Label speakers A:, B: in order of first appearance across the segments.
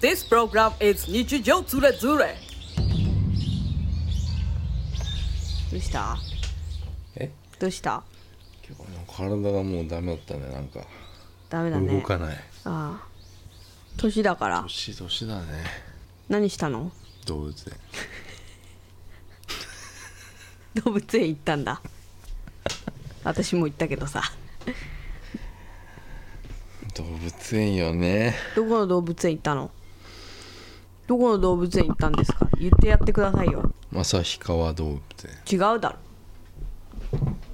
A: This program is 日常つれづれ。どうした
B: え
A: どうした
B: 今日は体がもうダメだったねなんか
A: ダメだね。
B: 動かない、
A: ああ。年だから。
B: 年年だね
A: 何したの
B: 動物園
A: 動物園行ったんだ。私も行ったけどさ。
B: 動物園よね
A: どこの動物園行ったのどこの動物園行ったんですか言ってやってくださいよ。
B: 旭川動物園
A: 違うだろ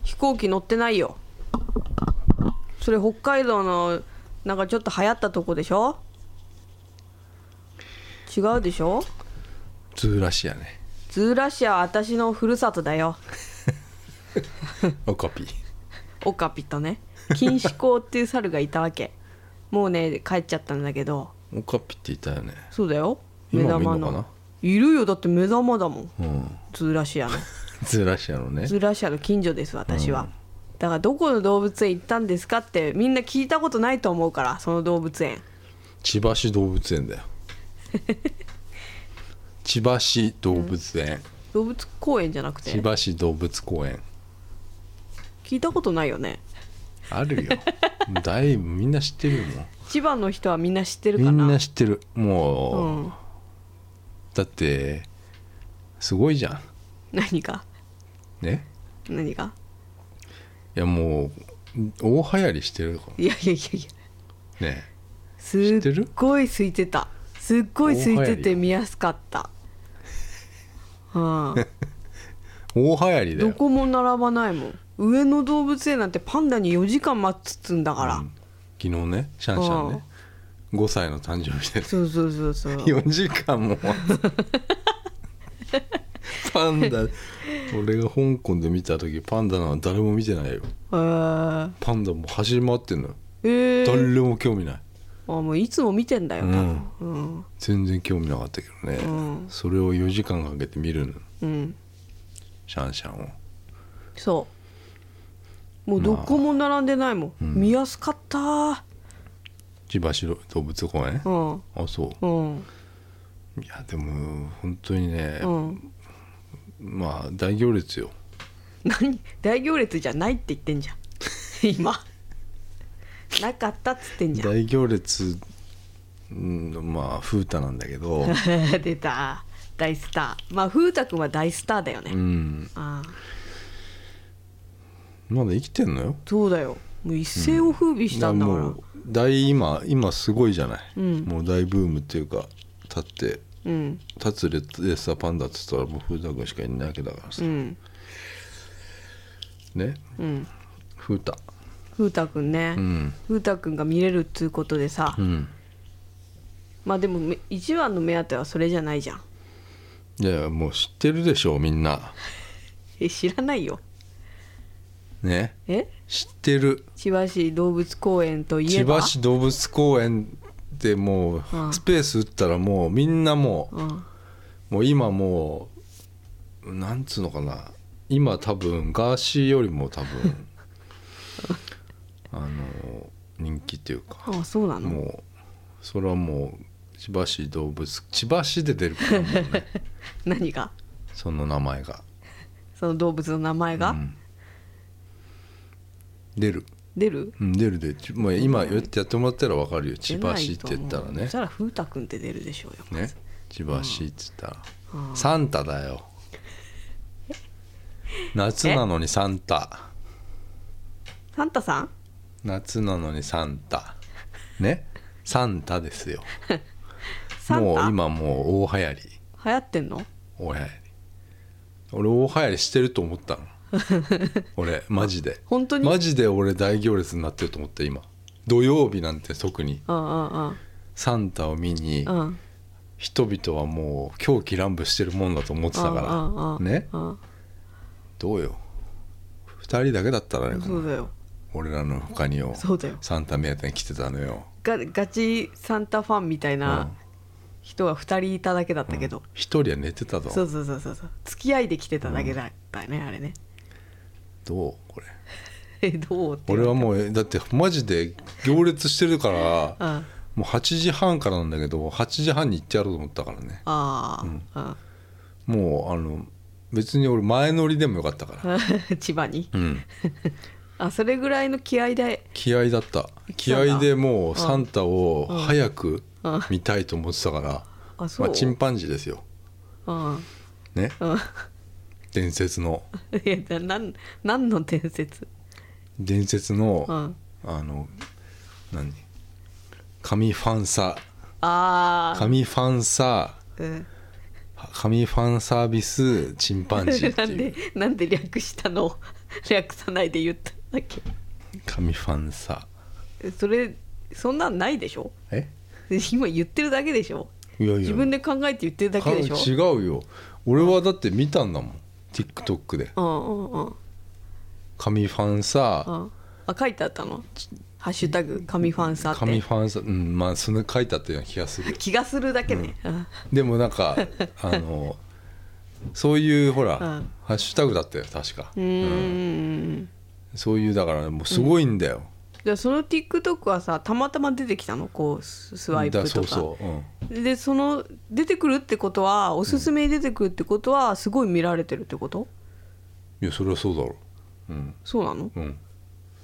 A: 飛行機乗ってないよそれ北海道のなんかちょっと流行ったとこでしょ違うでしょ
B: ズーラシアね
A: ズーラシアは私のふるさとだよ
B: オカピ
A: オカピとね錦糸港っていう猿がいたわけもうね帰っちゃったんだけど
B: オカピって言ったよね
A: そうだよ目
B: 今もいん
A: 玉
B: の
A: の
B: かない
A: るよだって目玉だもん
B: うん
A: ズーラシアの
B: ズーラシアのね
A: ズーラシアの近所です私は、だからどこの動物園行ったんですかってみんな聞いたことないと思うからその動物園
B: 千葉市動物園だ よ千葉市動物園、
A: 動物公園じゃなくて
B: 千葉市動物公園
A: 聞いたことないよね
B: ある よだいぶみんな知ってるよも
A: 千葉の人はみんな知って
B: う
A: る
B: み
A: かなん
B: な知ってるもう、
A: うん、
B: だってすごいじゃん
A: 何が
B: ね
A: 何が
B: いやもうん大流行りしてるか
A: いやいやいやいや
B: らね
A: す
B: 知って
A: っ
B: る
A: ごい空いてたすっごい空いて
B: 大流
A: て
B: 行
A: 見やすかった うん、
B: 大流行りだ
A: ど
B: よ
A: こも並ばないもん上野動物園なんてパンダに4時間待つっつんだから、
B: うん昨日ねシャンシャンね5歳の誕生日で
A: そうそうそうそう
B: 4時間も待つパンダ俺が香港で見た時パンダなんか誰も見てないよ
A: へー
B: パンダもう走り回ってんのよ
A: えー、
B: 誰も興味ない
A: あもういつも見てんだよ、
B: うん
A: うん
B: 全然興味なかったけどね、
A: うん
B: それを4時間かけて見るの
A: うん、
B: シャンシャンを
A: そうもうどこも並んでないもん、
B: うん
A: 見やすかったー
B: 千葉市動物公園
A: うん
B: あそう
A: うん
B: いやでも本当にね、
A: うん
B: まあ大行列よ
A: 何大行列じゃないって言ってんじゃん 今なかったっつってんじゃん
B: 大行列のまあ風太なんだ けど
A: 出た大スターまあ風太くんは大スターだよね、
B: うん
A: ああ
B: まだ生きてんのよ
A: そうだよもう一世を風靡したんだから、
B: もう大今今すごいじゃない、
A: うん
B: もう大ブームっていうか立って
A: うん
B: 立つレッサーパンダっつったらもう風太くんしかいないわけだからさ
A: う、ん
B: ね
A: うん
B: 風太
A: 風太くんね、
B: うん
A: 風太くんが見れるっつうことでさ、
B: うん
A: まあでもめ一番の目当てはそれじゃないじゃん
B: いやもう知ってるでしょみんな
A: え知らないよ
B: ね
A: え
B: 知ってる
A: 千葉市動物公園といえ
B: 千
A: ば
B: 葉市動物公園でもう
A: うん
B: スペース打ったらもうみんなもう
A: うん
B: もう今もうなんつうのかな今多分ガーシーよりも多分 あの人気っていうか
A: ああそうなの
B: もうそれはもう千葉市動物千葉市で出るからもうね
A: 何が
B: その名前が
A: その動物の名前が、
B: うん出る、
A: 出る
B: うん、出るでちもう今やってやってもらったら分かるよ千葉市っ
A: 出な
B: て
A: い
B: 言っ
A: と
B: た
A: 思う
B: らね
A: そしたら風太くんって出るでしょうよま
B: ね
A: ず
B: 千葉市っつったら、サンタだ よ夏なのにサンタ
A: サンタさん
B: 夏なのにサンタねサンタですよ
A: サン
B: もう
A: タ
B: 今もう大流行り
A: 流行ってんの
B: 大流行り俺大流行りしてると 思ったの俺マジで
A: 本当に
B: マジで俺大行列になってると思って今土曜日なんて特に
A: うんうんうん
B: サンタを見に
A: うん
B: 人々はもう狂喜乱舞してるもんだと思ってた
A: うんうん
B: か
A: うん
B: らね
A: うん
B: どうよ2人だけだったらね
A: そうだよ
B: 俺らの他によ
A: そうだよ
B: サンタ目当てに来てたのよ
A: ガガチサンタファンみたいな
B: うん
A: 人は2人いただけだったけど、
B: 1人は寝てた
A: そう
B: ぞ
A: そうそうそうそう付き合いで来てただけだったね、あれね
B: どうこれ
A: えどうって
B: 俺はもうだってマジで行列してるから
A: うん
B: もう8時半からなんだけど8時半に行ってやろうと思ったからね
A: ああ、
B: もうあの別に俺前乗りでもよかったから、
A: うん、 千葉に
B: うん、
A: あそれぐらいの気合で
B: 気合だった
A: だ
B: 気合でもうサンタを
A: うん
B: 早く
A: うん
B: 見たいと思ってたから、
A: あそ
B: ま
A: う、
B: あ、チンパンジーですよ
A: うん
B: ね
A: うん
B: 伝説の
A: いやだなん何の伝説
B: 伝説の、
A: うん
B: あの何神ファンサ
A: ああ、
B: 神ファンサ
A: うん、
B: 神ファンサービスチンパンジーって
A: なん
B: い
A: で
B: う
A: なんで略したの を略さないで言ったんだっけ
B: 神ファンサ
A: それそんなんないでしょ
B: え
A: 今言ってるだけでしょ
B: いやいや
A: 自分で考えて言ってるだけでしょ
B: か違うよ俺はだって見たんだもん TikTok で
A: うんうんうん
B: 神ファンサ
A: うんあ書いてあったの「ハッシュタグ神ファンサ」って
B: 神ファンサうんまあその書いてあったような気がする
A: 気がするだけね、うん
B: でもなんかあのそういうほら、
A: うん
B: ハッシュタグだったよ確か、
A: うーん
B: そういうだからもうすごいんだよ、
A: じゃあその TikTok はさたまたま出てきたのこうススワイプと
B: だ
A: か
B: そうそう、うん、
A: でその出てくるってことはおすすめに出てくるってことはすごい見られてるってこと
B: いやそれはそうだろううん
A: そうなの
B: うん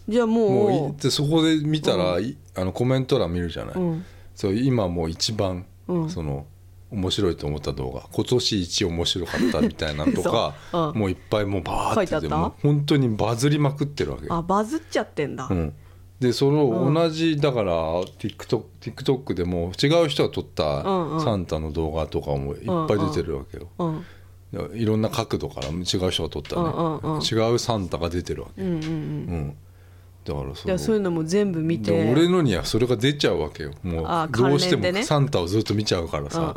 A: じゃあもう
B: もういでそこで見たら、いあのコメント欄見るじゃない、
A: うん
B: そう今もう一番、
A: うん
B: その面白いと思った動画今年一面白かったみたいなの とか
A: 嘘うん
B: もういっぱいもうバーって
A: 書いてあった
B: もう本当にバズりまくってるわけ、
A: あバズっちゃってんだ、
B: うん、でその
A: うん
B: 同じだから TikTok, TikTok でも違う人が撮った
A: うんうん
B: サンタの動画とかもいっぱい出てるわけよ、
A: うん、うん
B: いろんな角度から違う人が撮ったね、
A: うんうんうん
B: 違うサンタが出てるわけ、
A: うんうん
B: うんだからそ
A: じゃ
B: の
A: あそういうのも全部見て
B: で俺のにはそれが出ちゃうわけよも
A: あ
B: う
A: 関連でね
B: どうしてもサンタをずっと見ちゃうから
A: うん
B: さ、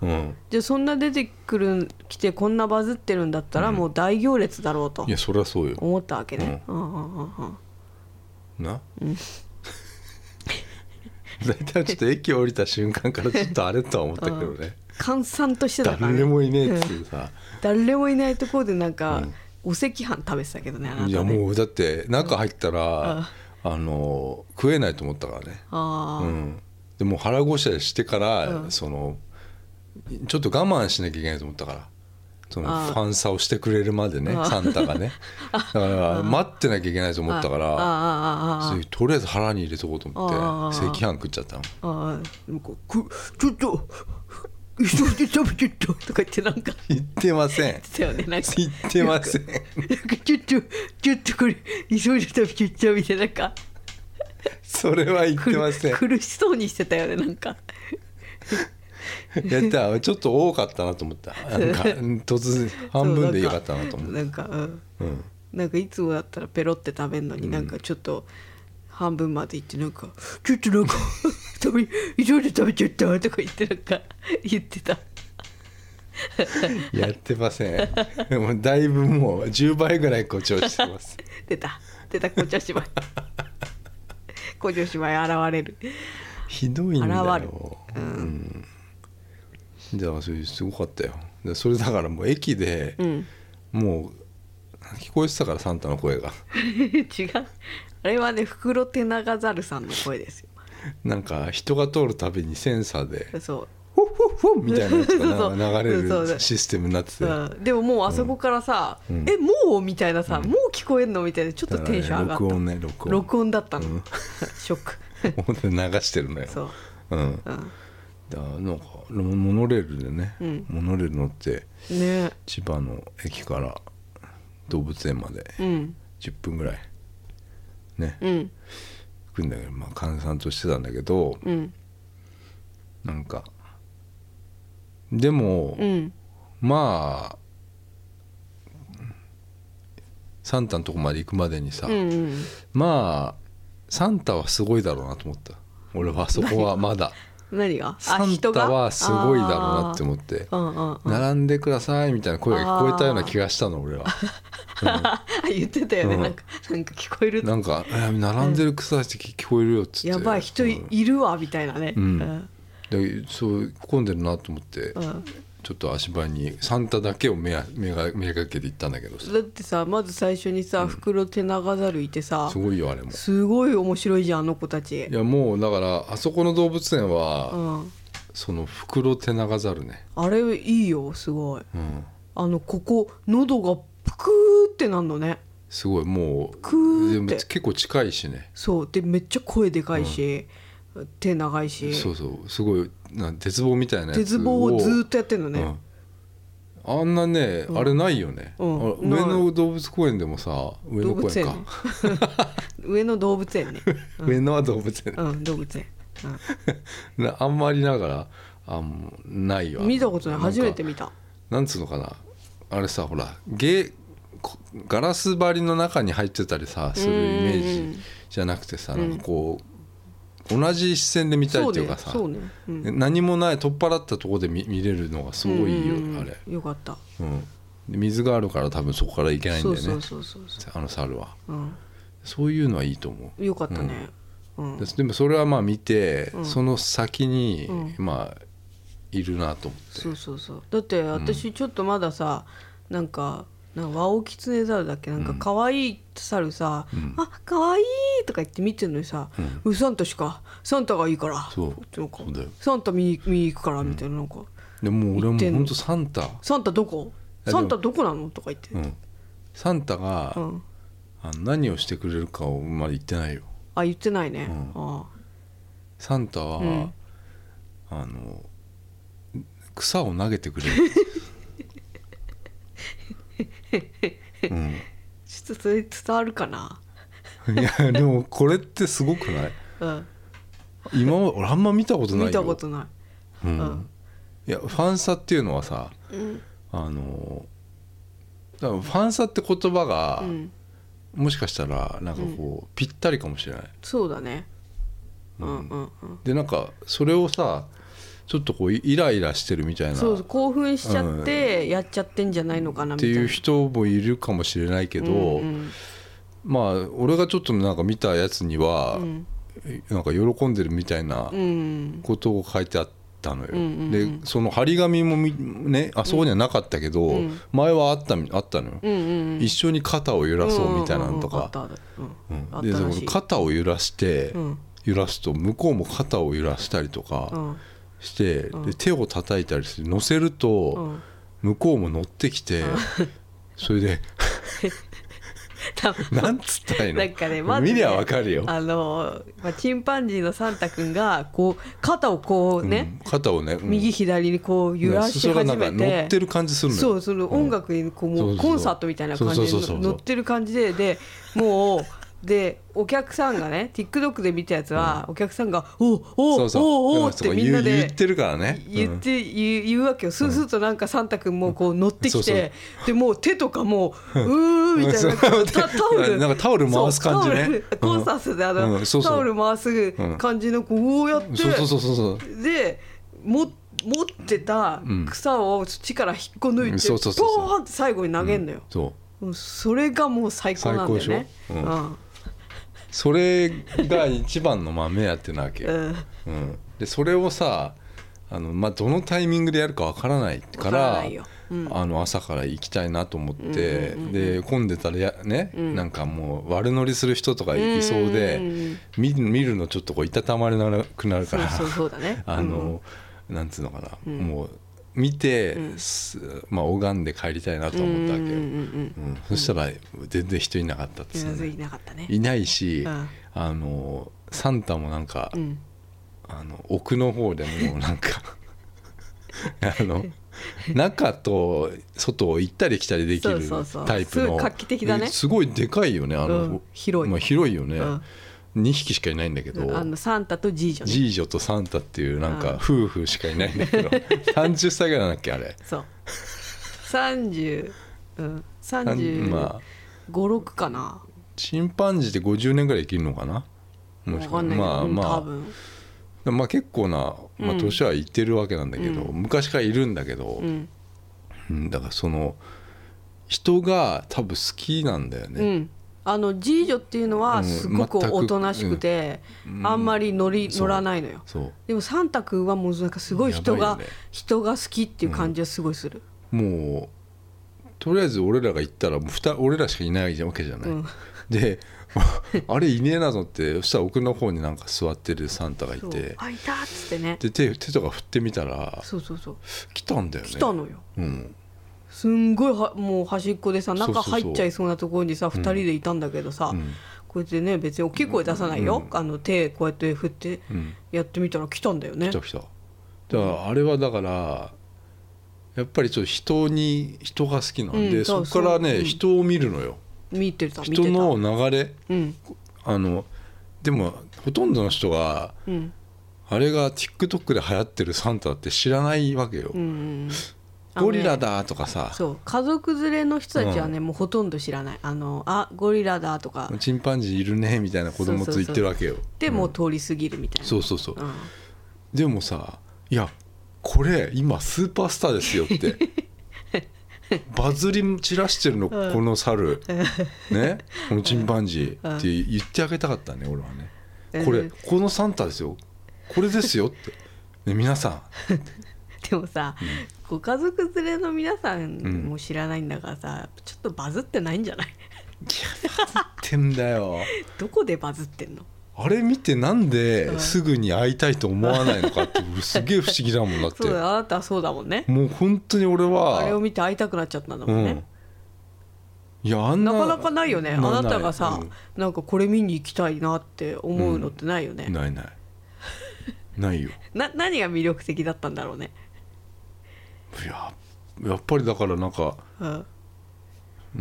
A: うんうん
B: うん、
A: じゃあそんな出てくる来てこんなバズってるんだったらもう大行列だろうと
B: いやそりゃそうよ
A: 思ったわけね、うんうんうんうん
B: な、 大体ちょっと駅降りた瞬間からちょっとあれとは思ったけどね
A: 閑散としてたから、ね、
B: 誰もいねえっていうさ
A: 誰もいないところでなんか、お赤飯食べてたけどねあなたね
B: いやもうだって中入った
A: うん
B: らあの食えないと思ったからね
A: あ
B: う
A: あ、
B: んでもう腹ごしらえしてから
A: ん
B: そのちょっと我慢しなきゃいけないと思ったからその
A: あー
B: ファンサをしてくれるまでね
A: あー
B: サンタが ねだから待ってなきゃいけないと思ったか
A: あ
B: ら
A: あああああ
B: そうとりあえず腹に入れとこうと思って
A: あー
B: 赤飯食っちゃったの
A: あああなんかくちょっと急いで食べてったとか言ってなんか
B: 言ってません
A: 言ってたよねなんか
B: 言ってません
A: なんかちょっとちょっとこれ急いで食べてったみたいななんか
B: それは言ってません
A: 苦しそうにしてたよねなんか
B: やったちょっと多かったなと思ったなん か突然半分でよかったなと思っ
A: なんかうん
B: たうん
A: なんかいつもだったらペロって食べるのになんかちょっと半分までいってなんか「ちょっとなんか 食べ急いで食べちゃった」とか言ってなんか言ってた
B: やってませんでもだいぶもう10倍ぐらい誇張してます
A: 出た出た胡椒 芝居胡椒芝居現れる
B: ひどいんだよ
A: 現
B: うん、だからそれすごかったよでそれだからもう駅で、
A: うん
B: もう聞こえてたからサンタの 声が
A: 違うあれはね袋手長猿さんの声ですよ
B: なんか人が通るたびにセンサ ーで
A: そう
B: 「フォッフォッフォッ」みたいなやつ
A: そうそう
B: が流れ
A: そうそう
B: るシステムになってて
A: うんでももうあそこからさ「
B: ん
A: えもう?」みたいなさ、もう聞こえんの?」みたいなちょっとテンション上がった、
B: だからね録音ね録音
A: 録音だったの、 ショック
B: ほんで流してるのよ
A: そう、
B: うん、
A: う
B: だからなんかモノレールでね、
A: うん
B: モノレール乗って
A: ん、ね
B: 千葉の駅から動物園まで
A: うん
B: 10分ぐらいね
A: うん
B: 行くんだけどまあ閑散としてたんだけど
A: うん
B: なんかでも、
A: うん
B: まあサンタのとこまで行くまでにさ、
A: うんうん
B: まあサンタはすごいだろうなと思った俺はそこは まだ
A: 何が
B: サンタはすごいだろうなって
A: 思
B: 思って
A: う、うんうんうん、
B: 並んでくださいみたいな声が聞こえたような気がしたの俺は。
A: 言ってたよね、
B: うん
A: なんかなんか聞こえるって
B: なんか「えー並んでる草して聞こえるよ」っつって
A: やばい人い,、
B: うん
A: いるわみたいなね、
B: うん
A: うん
B: でそう混んでるなと思って
A: うん
B: ちょっと足早にサンタだけを目や目が目がけて行ったんだけどさ
A: だってさまず最初にさ袋手長猿いてさ
B: すごいよあれも
A: すごい面白いじゃんあの子たち
B: いやもうだからあそこの動物園は、
A: うん
B: その袋手長猿ね、
A: あれいいよすごい
B: うん、
A: あのここ喉がプクーってなんのね
B: すごいも
A: クー
B: うで
A: っ
B: も
A: て
B: 結構近いしね
A: そうでめっちゃ声でかいし、手長いし
B: そうそうすごいな鉄棒みたいなやつ
A: 鉄棒をずーっとやってんのね、
B: うんあんなね、あれないよね、
A: うん
B: あ
A: ない
B: 上野動物公園でもさ上
A: 動
B: 野公
A: 物
B: 園
A: 園
B: か
A: ね上野動物園ね
B: 上野は動物園、
A: うん動物園、
B: なあんまりながらあもうないよ
A: うん、見たことない
B: んか
A: 初めて見た
B: なんつうのかなあれさほらゲこガラス張りの中に入ってたりさするイメージじゃなくてさ、なんかこう同じ視線で見たい
A: そ
B: っ
A: う
B: ていう
A: ね
B: かさ
A: そうね、うん、
B: 何もない取っ払ったとこで見見れるのがすごいいいよ、
A: うんうんうん
B: あれ、
A: よかった、
B: うん、で水があるから多分そこから行けないんだ
A: そ
B: よ
A: う
B: ね
A: そうそうそうそ
B: あの猿は
A: う、うん、
B: そういうのはいいと思う
A: よかったね、うん
B: ででもそれはまあ見て、
A: うん
B: その先に、
A: う
B: まあいるなと思って
A: そうそうそうだって私ちょっとまださ、なんかなんかワオキツネザルだっけなんか可愛い猿さ「
B: ん
A: あ可愛いとか言って見てるのにさ「うん、サンタしかサンタがいいから」
B: そう
A: なんか
B: そうだよ
A: サンタ見に見に行くから」みたいななんか
B: でもう俺
A: 行
B: も
A: ってんの
B: 本当サンタ
A: 「サンタどこ
B: や
A: サンタどこなの?」とか言って、
B: うん、サンタが、
A: うん
B: あの何をしてくれるかをまだ言ってないよ
A: あ言ってないね、
B: うん
A: あ
B: サンタは、
A: うん
B: あの草を投げてくれる、
A: あちょっとそれ伝わるかな
B: うん、いやでもこれってすごくない
A: うん
B: 今は俺あんま見たことないよ
A: 見たことない
B: うん
A: うん
B: いやファンサっていうのはさ、あのだからファンサって言葉が、
A: うん
B: もしかしたらなんかこう、ぴったりかもしれない
A: そうだねうんうんうん
B: でなんかそれをさちょっとこうイライラしてるみたいな
A: そうそう興奮しちゃってやっちゃってんじゃないのかな
B: っ
A: み
B: て
A: たいな
B: いう人もいるかもしれないけど、
A: うん
B: まあ俺がちょっとなんか見たやつには、
A: ん
B: なんか喜んでるみたいな
A: うん
B: ことを書いてあったのよ、
A: んうんう
B: でその張り紙もみねあそこにはなかったけど、
A: うん
B: 前はあったみあったのよ、
A: うんうんうん
B: 一緒に肩を揺らそうみたいなのと
A: うんうんうんあっ
B: か、
A: たうんあっ
B: うんで
A: た
B: そ
A: ら
B: の
A: しい
B: 肩を揺らして、
A: うん
B: 揺らすと向こうも肩を揺らしたりと
A: う
B: か
A: ん
B: して、で手を叩いたりして乗せると、
A: うん
B: 向こうも乗ってきて、 それで
A: 多分
B: なんつったらいいの
A: なんかねまずね
B: 見りゃわかるよ、
A: あのまあチンパンジーのサンタくんがこう肩をこうね
B: うん肩をね、うん
A: 右左にこう揺らし
B: それが
A: 始
B: な
A: め
B: んか乗って
A: て
B: る感じするのよ
A: そうその音楽にこう
B: そ
A: も
B: うそう
A: う
B: そう
A: コンサートみたいな感じで
B: そうそうそうそう
A: 乗ってる感じででもうでお客さんがね TikTok で見たやつはお客さんが「おうお
B: そううそう
A: おうおう」っ
B: だからそ
A: て
B: こ
A: みんな
B: 言う
A: で
B: 言ってるからね
A: 言って言う言うわけよそうするとなんかサンタ君もこう乗ってき
B: そうそ
A: てでもう手とかも ううーみたいな
B: そう
A: タタオル
B: なんかタオル回す感じね
A: そうタオル
B: うん
A: コンサートであの
B: うんそうそう
A: タオル回す感じのこうやっ
B: うん
A: て
B: そうそうそうそうそう
A: でも持ってた草を土から引っこ抜い
B: うん
A: て
B: そうそうそうそう
A: ポーンって最後に投げんのよ
B: そう
A: うんそれがもう最高なんだよね
B: 最高でしょ
A: うん
B: それが一番のまあ目当てなわけよ、
A: うん
B: うん、でそれをさあの、まあ、どのタイミングでやるかわからない
A: わ
B: から
A: からないよ
B: あの朝から行きたいなと思って、で混んでたらやね、なんかもう悪乗りする人とかいそうで、
A: うんうんうん
B: 見見るのちょっとこういたたまれなくなる
A: そ
B: か
A: う
B: ら
A: そうそうだね
B: あの、なんつうのかな、もう見て、すまあ、拝んで帰りたいなと思ったわけよ、
A: うんうん
B: うんそしたら全然人いなかったっ
A: う
B: つ
A: ん
B: う
A: う
B: ね
A: んいなかったね
B: いないし、
A: うん
B: あのサンタもなんか、
A: うん
B: あの奥の方でもうなんか あの中と外を行ったり来たりでき
A: そ
B: る
A: うそうそう
B: タイプの
A: すごい画期的だね
B: えすごいでかいよねあの、
A: うん広い
B: まあ、広いよね、
A: うん
B: 2匹しかいないんだけど、
A: あのサンタとジージョね
B: ジージョとサンタっていうなん
A: うん
B: か夫婦しかいないんだけど 30歳ぐらいなんだっけあれ
A: そう30うん
B: さんま
A: 356
B: あ
A: かな
B: チンパンジーって50年ぐらい生きるのかな
A: わ
B: し
A: かんないけど、
B: まあ
A: うん
B: ま
A: 多
B: あ
A: 分
B: まあ結構な、まあ、年はいってるわけなんだけど、昔からいるんだけど、
A: うん
B: うんだからその人が多分好きなんだよ
A: う
B: ね、
A: んあのジージョっていうの
B: う
A: は
B: ん
A: すごく
B: 全く
A: おとなしくて、
B: うん
A: あんまり乗り
B: そう
A: 乗らないのよ
B: そう
A: でもサンタ君はもうなんかすごい人
B: や
A: が、
B: ばいよね
A: 人が好きっていう感じはすごいする、
B: もうとりあえず俺らが行ったらもうふた俺らしかいないわけじゃない、
A: うん
B: で あれいねえなと思ってそしたら奥の方になんか座ってるサンタがい
A: そう
B: て
A: あいたっつってね
B: で手手とか振ってみたら
A: そうそうそう
B: 来たんだよね
A: 来たのよ
B: うん、
A: すんごいはもう端っこでさ
B: そうそうそ
A: 中
B: う
A: 入っちゃいそうなところにさ2人でいたんだけどさ、
B: ん
A: こうやってね別に大きい声出さないよ、あの手こうやって振って
B: うん、
A: やってみたら来たんだよね
B: 来た来ただからあれはだからやっぱりちょっと人に人が好きなんで、
A: うんそ
B: そうこからね、
A: そううん
B: 人を見るのよ
A: 見てた見てた
B: 人の流れ
A: うん
B: あのでもほとんどの人が
A: うん
B: あれが TikTok で流行ってるサンタって知らないわけよ、
A: うんうんあのね
B: ゴリラだとかさ、
A: そう家族連れの人たちはね、もうほとんど知らないあのあゴリラだとか
B: チンパンジーいるねみたいな子供と言ってるわけよ
A: でもう通り過ぎるみたいな、
B: そうそうそう、
A: うん
B: でもさいやこれ今スーパースターですよって バズり散らしてるの、
A: ん
B: この猿 ねこのチンパンジーって言ってあげたかったね俺は
A: う
B: ね
A: ん
B: これこのサンタですよこれですよって、ね、皆さ
A: でもさ、ご家族連れの皆さん
B: ん
A: も知らないんだからさ、ちょっとバズってないんじゃない
B: んいやバズってんだよ
A: どこでバズってんの
B: あれ見てなん
A: う
B: で
A: ん
B: すぐに会いたいと思わないの かってすげえ不思議だもんだっ
A: そうだ
B: て
A: よあなたはそうだもんね
B: もう本当に俺
A: あれを
B: は
A: 見て会いたくなっちゃったんだ
B: う
A: もんね
B: ん、いやあん
A: な
B: な
A: かなかないよねあ
B: い
A: なたがさ、
B: うん
A: なんかこれ見に行きたいなって思うのってないよね、
B: ないないないよ
A: な何が魅力的だったんだろうね、
B: いややっぱりだからなんか
A: うん、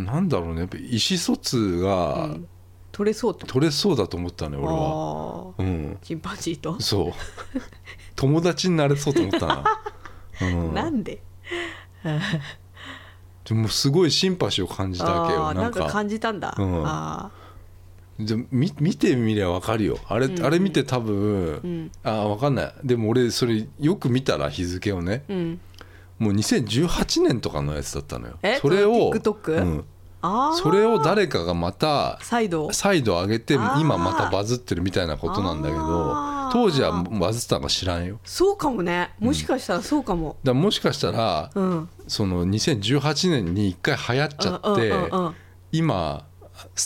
B: なんだろうねやっぱ意思疎通が
A: 取れそうって
B: 取れそうだと思ったね、俺は
A: ああ
B: うん
A: チンパンジー と、
B: そう友達になれそうと思ったな、う ん、
A: なんで
B: でもすごいシンパシーを感じたわけ
A: あ
B: よ
A: あな
B: なんん
A: か
B: か
A: 感じたんだ、
B: うん
A: あ
B: で見見てみりゃわかるよあれ,、
A: うん
B: あれ見て多分、
A: ん
B: あわかんないでも俺それよく見たら日付をね
A: あうん
B: もう2018年とかのやつだったのよ
A: え
B: それ
A: そ
B: を
A: れ TikTok？
B: うん、
A: ああ
B: それを誰かがまた
A: 再度
B: 再度上げて
A: あー
B: 今またバズってるみたいなことなんだけど
A: あー
B: 当時はバズってたのか知らんよ
A: そうかもねもしかしたらそうかも
B: だからもしかしたら、
A: うん
B: その2018年に一回流行っちゃって、
A: うんうんうんうん
B: 今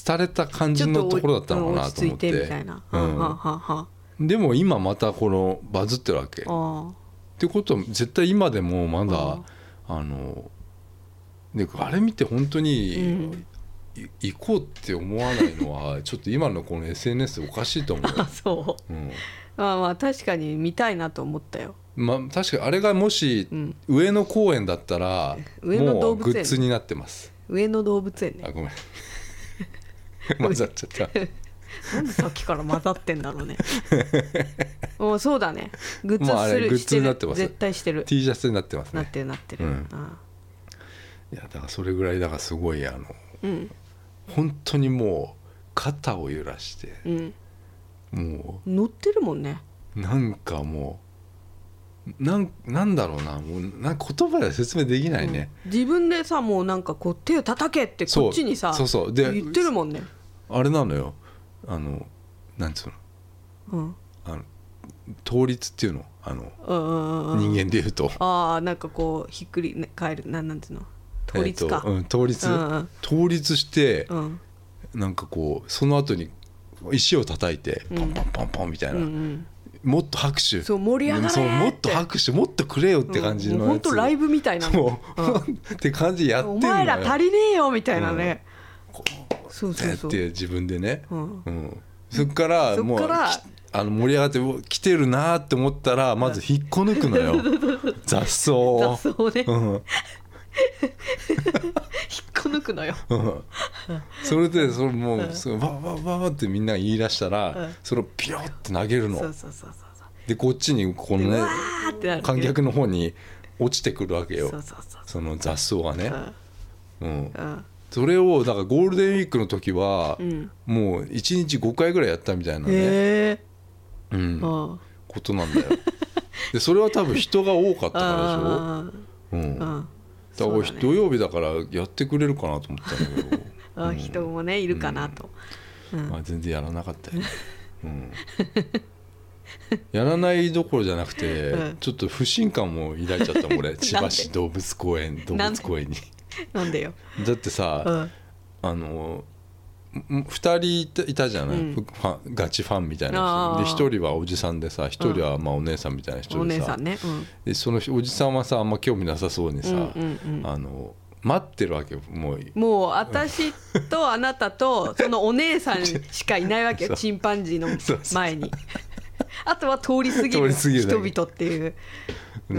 B: 廃れた感じのところだったのかなと思っ
A: ちょっと落ち着いて
B: て
A: みたいな、
B: う
A: はんはん
B: ん
A: はんはん
B: でも今またこのバズってるわけっ
A: ああ
B: てことは絶対今でもまだあのであれ見て本当に、い行こうって思わない のはちょっと今のこの SNS おかしいと思うよ
A: あ、 そう
B: うん
A: まあまあ確かに見たいなと思ったよ
B: まあ、確かにあれがもし
A: ん
B: 上野公園だったら、
A: 上野
B: も
A: 動
B: う
A: 物園
B: グッズになってます
A: 上野動物園ね
B: あごめん混ざっちゃった
A: なんでさっきから混ざってんだ ろうねもうそうだねグッズ
B: もうあ
A: す
B: れ
A: る
B: グッ
A: して
B: ズ
A: る
B: になってます
A: 絶対してる
B: T シャツになってます
A: なっ
B: ね
A: てるなってる、
B: うん
A: あ
B: いやだからそれぐらいだからすごいあの
A: あうん
B: 本当にもう肩を揺らして
A: うん
B: も
A: 乗ってるもんね
B: うなんかもうなんなんだろうなもうなんか言葉では説明できないね、
A: うん自分でさもうなんかこう手を叩けって
B: そう
A: こっちにさ
B: そうそうで
A: 言ってるもんね、
B: あれなのよあのなんつうの
A: うん、
B: あの倒立っていうのあの
A: うんうんうんうん
B: 人間でいうと
A: ああなんかこうひっくり返るなんなんていうの倒立
B: え
A: か、
B: ーとうん、倒立、
A: うんうん
B: 倒立して、
A: うんうん
B: なんかこうその後に石を叩いてパンパンパンパンみたいな、
A: うん
B: もっと拍手
A: そう盛り上がれーって
B: そうもっと拍手もっとくれよって感じの
A: 本
B: やつ、
A: 当ライブみたいなの
B: もう、 って感じでやってん
A: お
B: のよ
A: 前ら足りねえよみたいなね、
B: こ
A: そう
B: う
A: そ
B: や
A: う
B: っ
A: そう
B: て自分でね、
A: うん
B: うんそっから
A: そっ
B: もう
A: から
B: きあの盛り上がってうわ来てるなーって思ったらまず引っこ抜くのよ 雑草を
A: 雑草をね、
B: う
A: 引っ
B: ん
A: こ抜くのよ
B: うんそれでそれもうそうわわわわってみんな言い出した
A: う
B: ら
A: ん
B: それをピヨって投げる
A: そう
B: の
A: そうそうそう
B: でこっちにこ
A: で
B: のね
A: わーってなる
B: 観客の方に落ちてくるわけ
A: そうそう
B: よ
A: そう
B: その雑草がね
A: そう、
B: うん、
A: うん
B: それをだからゴールデンウィークの時は
A: うん
B: もう1日5回ぐらいやったみたいなね、
A: へえ
B: うん
A: う、ん
B: ことなんだ よでそれは多分人が多かったから
A: あー
B: でしょ、う
A: うん
B: ん、だから
A: そうだ
B: 俺
A: ね
B: 土曜日だからやってくれるかなと思ったんだけど
A: あ
B: うん
A: 人もねいるかなと、うん
B: まあ、全然やらなかったよ、 うん、やらないどころじゃなくて、
A: うん
B: ちょっと不信感も抱いちゃったも ん俺千葉市動物公園動物公園に
A: なんだよ、
B: だってさ、
A: うん、
B: あの2人いたいたじゃない、
A: うん
B: ファンガチファンみたい
A: あ
B: な
A: ー
B: 人で1人はおじさんでさ1人はまあお姉さんみたいな人
A: お
B: で
A: 姉
B: さ、
A: さんね、うん、
B: でそのおじさんはさあんま興味なさそうにさ、
A: うんうんうん
B: あの待ってるわけよもう
A: もう私とあなたとそのお姉さんしかいないわけ
B: そ
A: よ
B: う
A: チンパンジーの
B: そうそう
A: 前に あとは通り過ぎる
B: 通り過ぎ
A: 人
B: るだけ
A: 々っていう
B: で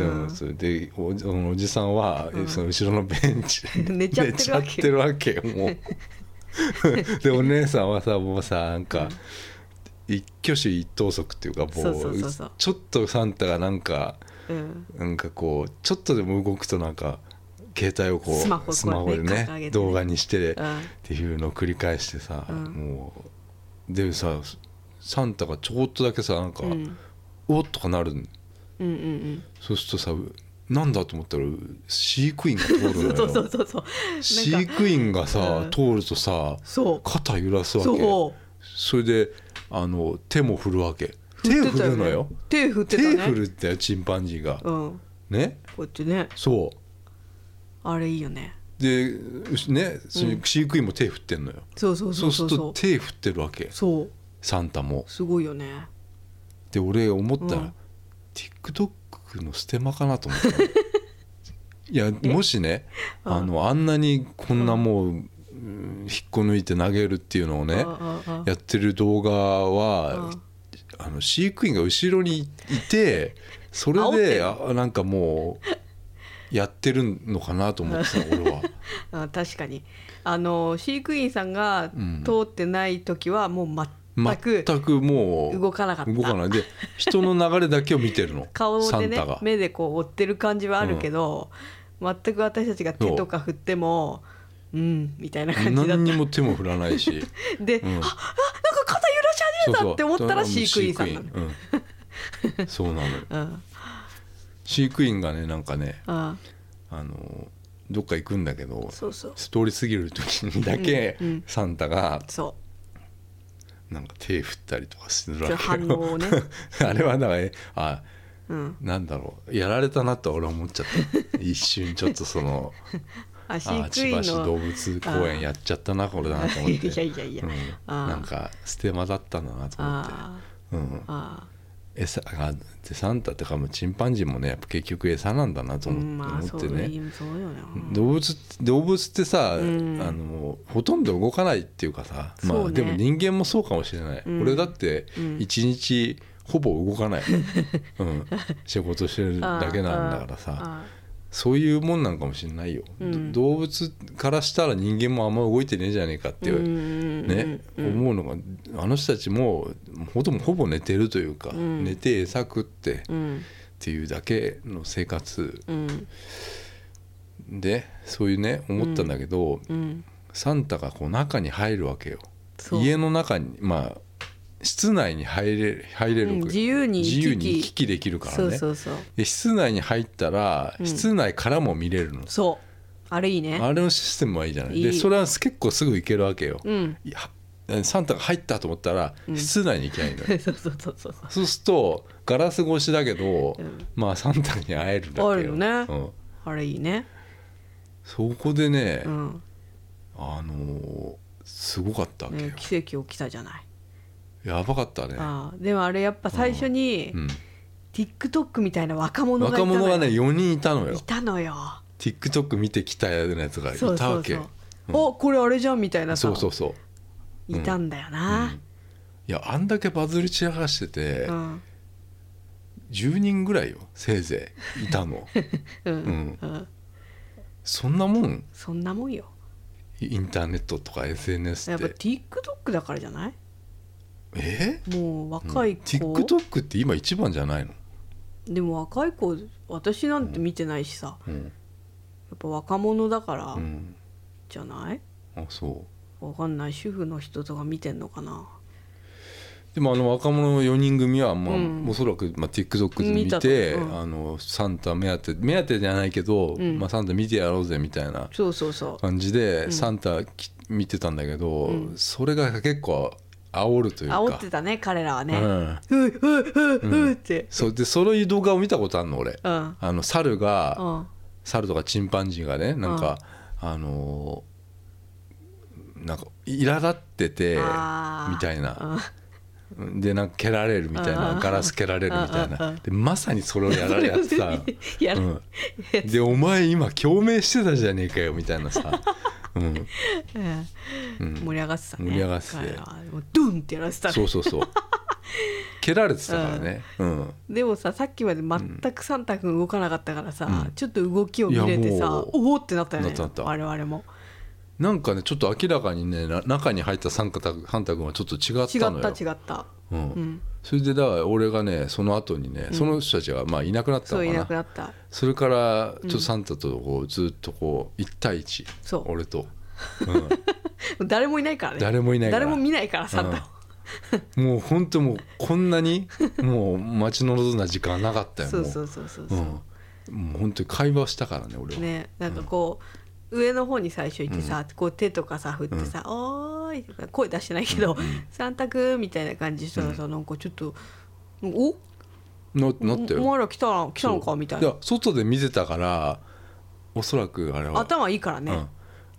A: うん
B: それでおじおじさんは、
A: うん
B: その後ろのベンチ で
A: 寝ちゃってるわけ
B: 寝ちゃってるわけよもうでお姉さんはさもうさなんか、一挙手一投足っていうかもう
A: そうそうそうそう
B: ちょっとサンタがなんか
A: うん
B: なんかこうちょっとでも動くとなんか携帯をこう
A: スマホこうね
B: スマホでね
A: 掲げてね
B: 動画にして、っ
A: うん
B: ていうのを繰り返してさ、
A: うん
B: もうでさサンタがちょこっとだけさなんか、
A: うん
B: おっとかなるん
A: うんうん
B: そうするとさうなんだと思ったらう飼育員が通る
A: う
B: の
A: ん
B: よ
A: そうそうそうそう
B: 飼
A: なんか
B: 育員がさ、
A: うん
B: 通るとさ
A: そう
B: 肩揺らすわけそ
A: そう
B: れであの手も振るわけ手振るのよ
A: 手振って
B: 手
A: たね
B: 振るってよチンパンジーが、
A: うん
B: ね
A: こっちね
B: そう
A: あれいいよね
B: でうしねそうの飼育員も手振ってんのよ、
A: そうそうそ
B: そう
A: う
B: す
A: そ
B: る
A: う
B: と
A: そう
B: 手振ってるわけ
A: そう
B: サンタも
A: すごいよね
B: で俺思ったら、
A: うん
B: TikTok のステマかなと思った いやもしねあのあんなにこんなもう、うん引っこ抜いて投げるっていうのをね
A: あああ
B: やってる動画は
A: うん
B: あの飼育員が後ろにいてそれ
A: 煽って
B: で
A: る
B: あなんかもうやってるのかなと思ってた俺は。
A: あ確かにあの飼育員さんが
B: うん
A: 通ってない時はもう 全く
B: 全くもう
A: 動かなかった
B: 動かない で人の流れだけを見てるの
A: 顔
B: サ
A: で
B: ン
A: ね
B: タが
A: 目でこう追ってる感じはあるけど、全く私たちが手とか振ってもうんみたいな感じだっ
B: 何にも手も振らな いし
A: たで、
B: うん
A: ああなんか肩揺らし始めたって思ったら飼育員さんなの
B: 飼育員うんそうなのよ
A: うん
B: 飼育員がねなんかね
A: あ
B: あのどっか行くんだけど
A: そうそう
B: ストーリー過ぎる時にだけ、
A: うんうん
B: サンタが
A: そ
B: なんか手振ったりとかする
A: う
B: わ
A: そ
B: け
A: う
B: よ
A: 反応をね、
B: あれはだからえあ
A: うん、
B: なんだろうやられたなと俺は思っちゃった一瞬ちょっとその
A: あ
B: あ
A: 飼育
B: 千
A: 員
B: 葉市動
A: の
B: 物公園やっちゃったなこれだなと思っ て
A: いやいやいや
B: うん
A: あー
B: なんかステマだったんだなと思って
A: あ
B: うん
A: ーあ
B: 餌がでサンタってかもうチンパンジーもねやっぱ結局餌なんだなと
A: ーう
B: 思,、
A: んまあ
B: 思
A: そ
B: っ
A: う
B: てね
A: いうそうよね、うん
B: 動物って動物ってさ、
A: うん
B: あのほとんど動かないっていうかさま
A: そ
B: あ
A: うね
B: でも人間もそうかもしれない、
A: うん
B: 俺だって
A: うん
B: 一日ほぼ 動かない、うん、仕事してるだけなんだからさ
A: あ
B: そういうもんなんかもしれないよ、
A: うん
B: ど動物からしたら人間もあんま動いてねえじゃねえかって
A: ー
B: いう、
A: うん
B: ね、
A: うん
B: 思うのがあの人たちもほとんどほぼ寝てるというか、
A: うん
B: 寝て餌食ってっ
A: うん
B: ていうだけの生活
A: うん
B: でそういうね思ったんだけど、
A: うん
B: サンタがこう中に入るわけよ
A: そう
B: 家の中にまあ室内に入れ入れる、
A: うん自由に行き来
B: 自由に行き来できるからね
A: そうそうそう
B: で室内に入ったら、
A: うん
B: 室内からも見れるの
A: そうあれいいね
B: あれのシステムはいいじゃない
A: いい
B: でそれは結構すぐ行けるわけよ、
A: うん
B: いやサンタが入ったと思ったら、
A: うん
B: 室内に行きゃいいのよ
A: そうそうそうそう
B: そうするとガラス越しだけど、
A: うん
B: まあサンタに会えるだけよ
A: 会えるよね
B: うん
A: あれいいね
B: そこでね、
A: うん、
B: あのーすごかったわけよ、
A: ね、奇跡起きたじゃない、
B: やばかったね、
A: ああでもあれやっぱ最初に
B: うん
A: TikTok みたいな若者がい
B: 若
A: たのよ
B: 者がね4人いたのよ
A: いたのよ
B: TikTok 見てきたやつがい
A: そう
B: た
A: そ
B: わ
A: う
B: け
A: そう、
B: うん
A: おこれあれじゃんみたいなさ
B: そうそうそううん
A: いたんだよ
B: うん
A: な、
B: いやあんだけバズり散らかしてて、
A: うん
B: 10人ぐらいよせいぜいい たの
A: うん
B: うん
A: うん
B: そんなもん
A: そんなもんよ
B: インターネットとか SNS
A: や
B: っ
A: っぱ
B: て
A: TikTok だからじゃない
B: え
A: もう
B: うん
A: 若い子、
B: TikTok って今一番じゃないの、
A: でも若い子私なんて見てないしさ、
B: うん
A: やっぱ若者だか
B: う
A: ら
B: ん、
A: じゃない、
B: あそう
A: わかんない主婦の人とか見てんのかな
B: でもあの若者4人組は、まあ
A: うん
B: おそらく、まあ、TikTok で見
A: 見たと
B: て
A: うん
B: あのサンタ目当て目当てじゃないけど、
A: うん
B: まあ、サンタ見てやろうぜみたいな
A: そうそうそう
B: 感じで、
A: うん
B: サンタき見てたんだけど、
A: うん
B: それが結構煽るというか
A: 煽ってたね彼らは
B: う
A: ね
B: ん、
A: 「ふうふうふうふう」って
B: そうでその動画を見たことあるの俺、
A: うん
B: あの猿が、
A: うん
B: 猿とかチンパンジーがねなんか、あのーなんか苛立ってて
A: あー
B: みたいな
A: うん
B: でなんか蹴られるみたいな
A: うん
B: ガラス蹴られるみたい
A: うんう
B: なんでまさにそれをやられやってた
A: やら
B: うん、でお前今共鳴してたじゃねえかよみたい なさ、うん
A: うん
B: うん、
A: 盛り上がってたね
B: 盛り上がってて
A: 彼らはもうドゥンってやらせたね
B: そうそ うそう蹴られてたからね、うん
A: でもささっきまで全くサンタ君動かなかったからさ、
B: うん
A: ちょっと動きを見れて
B: いや
A: さ
B: もう
A: おおってなったよね
B: なったなった
A: 我々も
B: なんかねちょっと明らかにねな中に入った三方ハンタ君はちょっと違っ
A: 違
B: たの
A: った
B: よ
A: 違った
B: うん
A: うん
B: それでだから俺がねその後にね、その人たちがまあいなくなった
A: そ
B: の
A: うい
B: か
A: な
B: な
A: くなった
B: それからちょっとサンタとこうずっとこう1対1、
A: そう
B: 俺と、
A: 誰もいないからね
B: 誰もいないから
A: 誰も見ないからサンタを、
B: うんもう本当もうこん なにもう待ち望んだ時間なかったよ
A: そ
B: も
A: うそうそうそう
B: う
A: そう、
B: うん、もう本当に会話したからね俺は、
A: ねなんかこう、上の方に最初行ってさ、こう手とかさ振ってさ「おーい」とか声出してないけど「サンタくん」みたいな感じしたらさ、なんかちょっと「お
B: ななったよ
A: お前ら来たな来たの
B: そ
A: か」
B: う
A: みたいな
B: や外で見てたからおそらくあれは
A: 頭いいからね、
B: うん、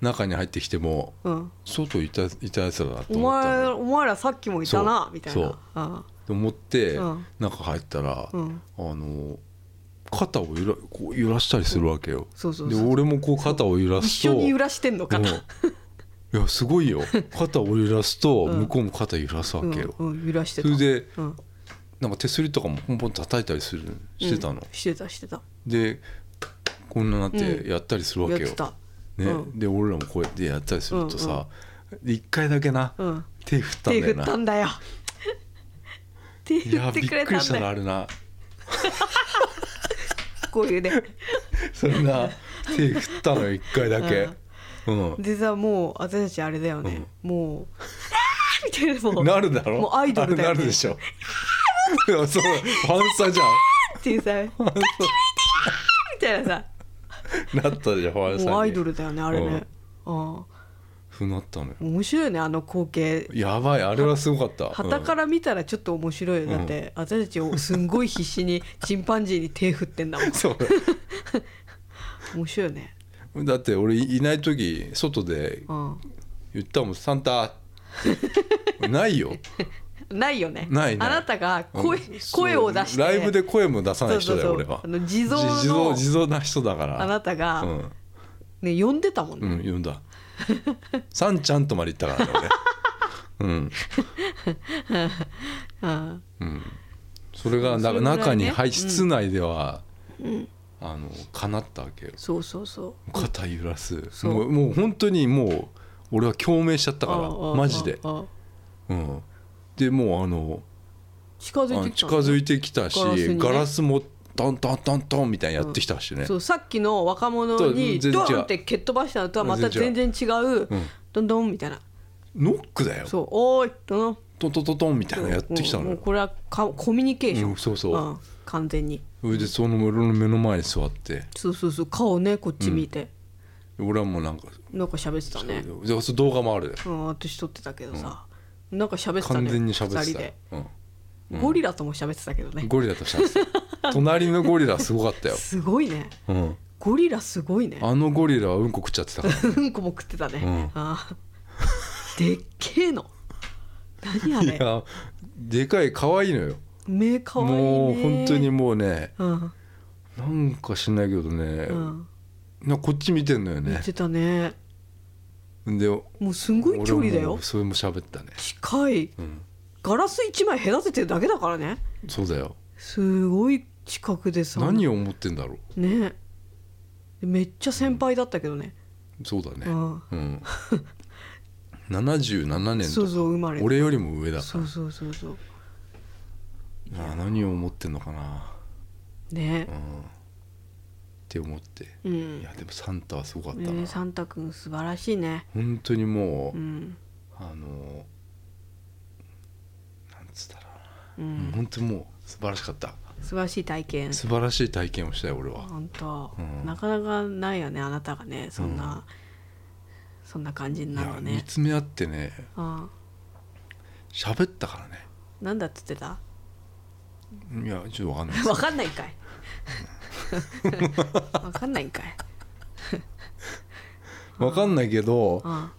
B: 中に入ってきても
A: うん
B: 外いたいたやつだなと
A: お
B: 思った
A: 前
B: の
A: お前らさっきもいたな
B: そう
A: みたいな
B: そう
A: あ
B: と思って
A: うん
B: 中入ったら、
A: うん
B: あの肩を揺らこう揺らしたりするわけよ、
A: そうそうそう
B: で俺もこう肩を揺ら
A: 一
B: すと
A: 緒に揺らしてんのかな、
B: うんいやす ごいよ肩を揺らすと向こうも肩揺らすわ
A: うん
B: けよ、
A: うん、揺らして
B: そ
A: た
B: れで
A: うん、
B: なんか手すりとかもポンポン叩いたりするしてた
A: う
B: の、
A: んしてたしてた
B: でこんななっ
A: う
B: てやったりするわ
A: やっ
B: けよ、
A: てた
B: ね
A: うん
B: で俺らもこうやってやったりするとさ、で一回だけな、
A: うん
B: 手振ったん
A: 手
B: だ
A: 振
B: よ
A: っ
B: な
A: たんだよ手
B: い
A: 振
B: や
A: って
B: びっ
A: くれ
B: く
A: た
B: り
A: ん
B: した
A: だ
B: な
A: よ
B: あれな
A: こういうね
B: そんな手振ったの一回 だけ、うん
A: でさもう私たちあれだよね、もう「みたいなもう
B: なるだろ
A: もうアイドルだよ
B: あ
A: ね
B: れなるでしょいやそう反射じゃ
A: っていうさ「みたいなさ
B: んなったじゃん反射に
A: もうアイドルだよねあれね、ああ
B: ふなったのよ
A: 面白いねあの光景
B: やばいあれはすごかった、
A: 傍からら見たらちょっと面白いよだって、私たちをすんごい必死にチンパンジーに手振ってんだもん
B: うんそう
A: 面白いよね
B: だって俺いない時外で
A: うん
B: 言ったもん「サンタ」ないよ
A: ないよね
B: ないない
A: あなたが 声,、
B: うん
A: 声を出して
B: ライブで声も出さな
A: そ
B: いう
A: そ
B: 人
A: う
B: だ
A: そ
B: よ
A: う
B: 俺は
A: あの地蔵
B: 地
A: の
B: 蔵地蔵な人だから
A: あなたが、
B: うん
A: ね呼んでたもん
B: う
A: ね、
B: ん読んだ「さんちゃん」とまで言ったからね 俺うん
A: うん
B: うんそれがな
A: それぐらいね
B: 中に入室内では、あのかなったわけよ
A: そうそうそう
B: 肩揺らす
A: そう
B: もうもう本当にもう俺は共鳴しちゃったか
A: あああ
B: ら
A: あ
B: マジで
A: ああ
B: うんでもうあの
A: 近づい
B: あ
A: てきた
B: 近づ
A: い
B: いてきたし
A: ガ
B: ガ
A: ラ
B: ラ
A: スにね
B: スもトントントントンみたいにやってきたしね、
A: そうさっきの若者に
B: と全
A: ド
B: 然
A: ー
B: 違う
A: ンって蹴っ飛ばしたのとはまた全
B: 全
A: 然違う、
B: ん
A: どんどんみたいな
B: ノックだよ
A: そうおーいどん
B: トントントントンみたい
A: ど
B: なんのやってきたの
A: もう
B: よ
A: これはかコミュニケーション、
B: うんそうそう
A: うん完全に
B: それでその俺の目の前に座って
A: そうそうそう顔ねこっち見て、
B: 俺はもうなんか、
A: なんか喋ってたね
B: でそう動画もある
A: うん私撮ってたけどさ、なんか喋ってたね
B: 完全に喋って
A: 二人
B: たよ
A: で、
B: うん
A: ゴリラとも喋ってたけどね
B: ゴリラとしたんですよ隣のゴリラすごかったよ、
A: すごいね
B: うん、
A: ゴリラすごいね
B: あのゴリラはうんこ食っちゃってたから
A: うんこも食ってたね、
B: うん
A: あーでっけえの何あ
B: い
A: れ
B: やでかい可愛いのよ
A: 目かわいいね
B: もう本当にもうね
A: うん
B: なんか知んないけどね、
A: うん
B: なんかこっち見てんのよ
A: 言
B: ね
A: ってたね
B: で
A: もうすんごい距離だ
B: 俺
A: よ
B: もそれも喋ったね
A: 近い
B: うん
A: ガラス一枚隔ててるだけだからね
B: そうだよ
A: すごい近くでさ
B: 何を思ってんだろ
A: ねめっちゃ先輩だったけどね、
B: うそうだね
A: うん
B: うん、77年
A: そう
B: とか
A: そう生まれて
B: 俺よりも上だか
A: そうそうそうそう
B: らあ何を思ってんのかな、
A: ね
B: うん、って思って、
A: うん
B: いやでもサンタはすごかったな、
A: ねサンタくん素晴らしいね
B: 本当にもう、
A: うん
B: あのなんつったら、
A: う
B: うん本当にもう素晴らしかった
A: 素晴らしい体験
B: 素晴らしい体験をしたよ俺は
A: 本当、
B: うん
A: なかなかないよねあなたがねそんな、そんな感じに
B: い
A: なる
B: や
A: の
B: 見
A: ね
B: つめ合ってね
A: あ
B: 喋ったからね
A: あなんだっつってた
B: いやちょっとわかんないです
A: わかんないん かいわかんないんかい
B: わかんないけど
A: あ